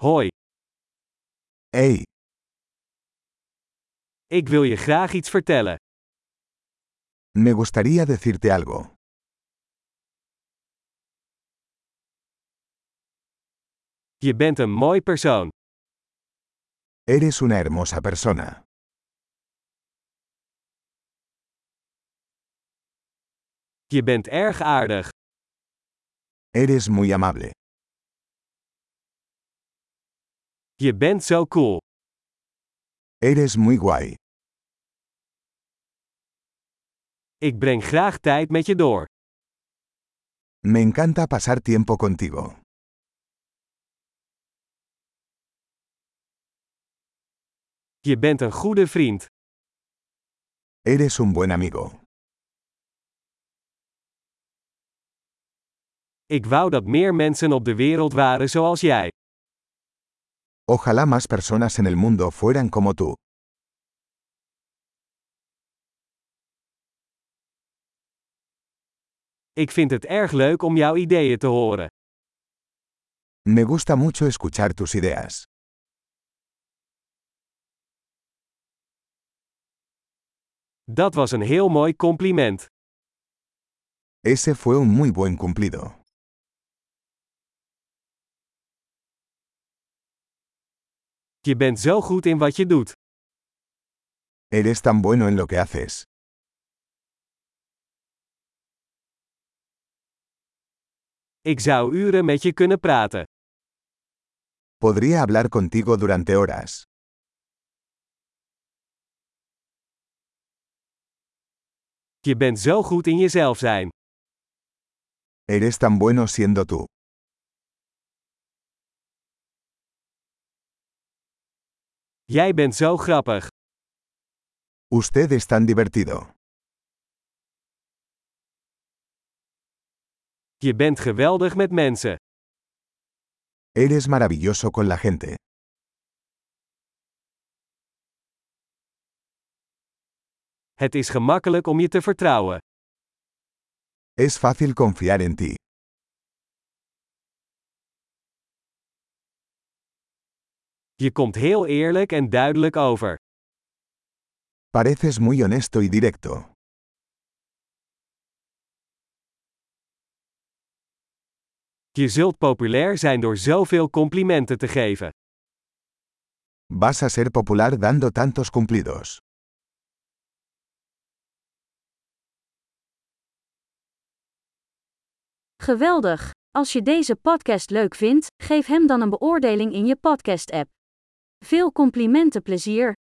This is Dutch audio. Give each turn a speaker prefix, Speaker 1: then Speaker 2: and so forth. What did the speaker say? Speaker 1: Hoi,
Speaker 2: Hey,
Speaker 1: ik wil je graag iets vertellen.
Speaker 2: me gustaría decirte algo.
Speaker 1: Je bent een mooi persoon.
Speaker 2: Eres una hermosa persona.
Speaker 1: Je bent erg aardig.
Speaker 2: Eres muy amable.
Speaker 1: Je bent zo cool.
Speaker 2: Eres muy guay.
Speaker 1: Ik breng graag tijd met je door.
Speaker 2: Me encanta pasar tiempo contigo.
Speaker 1: Je bent een goede vriend.
Speaker 2: Eres un buen amigo.
Speaker 1: Ik wou dat meer mensen op de wereld waren zoals jij.
Speaker 2: Ojalá más personas en el mundo fueran como tú.
Speaker 1: Ik vind het erg leuk om jouw ideeën te horen.
Speaker 2: Me gusta mucho escuchar tus ideas.
Speaker 1: Dat was een heel mooi compliment.
Speaker 2: Ese fue un muy buen cumplido.
Speaker 1: Je bent zo goed in wat je doet.
Speaker 2: Eres tan bueno en lo que haces.
Speaker 1: Ik zou uren met je kunnen praten.
Speaker 2: Podría hablar contigo durante horas.
Speaker 1: Je bent zo goed in jezelf zijn.
Speaker 2: Eres tan bueno siendo tú.
Speaker 1: Jij bent zo grappig.
Speaker 2: Usted es tan divertido.
Speaker 1: Je bent geweldig met mensen.
Speaker 2: Eres maravilloso con la gente.
Speaker 1: Het is gemakkelijk om je te vertrouwen.
Speaker 2: Es fácil confiar en ti.
Speaker 1: Je komt heel eerlijk en duidelijk over.
Speaker 2: Pareces muy honesto y directo.
Speaker 1: Je zult populair zijn door zoveel complimenten te geven.
Speaker 2: Vas a ser popular dando tantos cumplidos.
Speaker 3: Geweldig! Als je deze podcast leuk vindt, geef hem dan een beoordeling in je podcast-app. Veel complimenten plezier!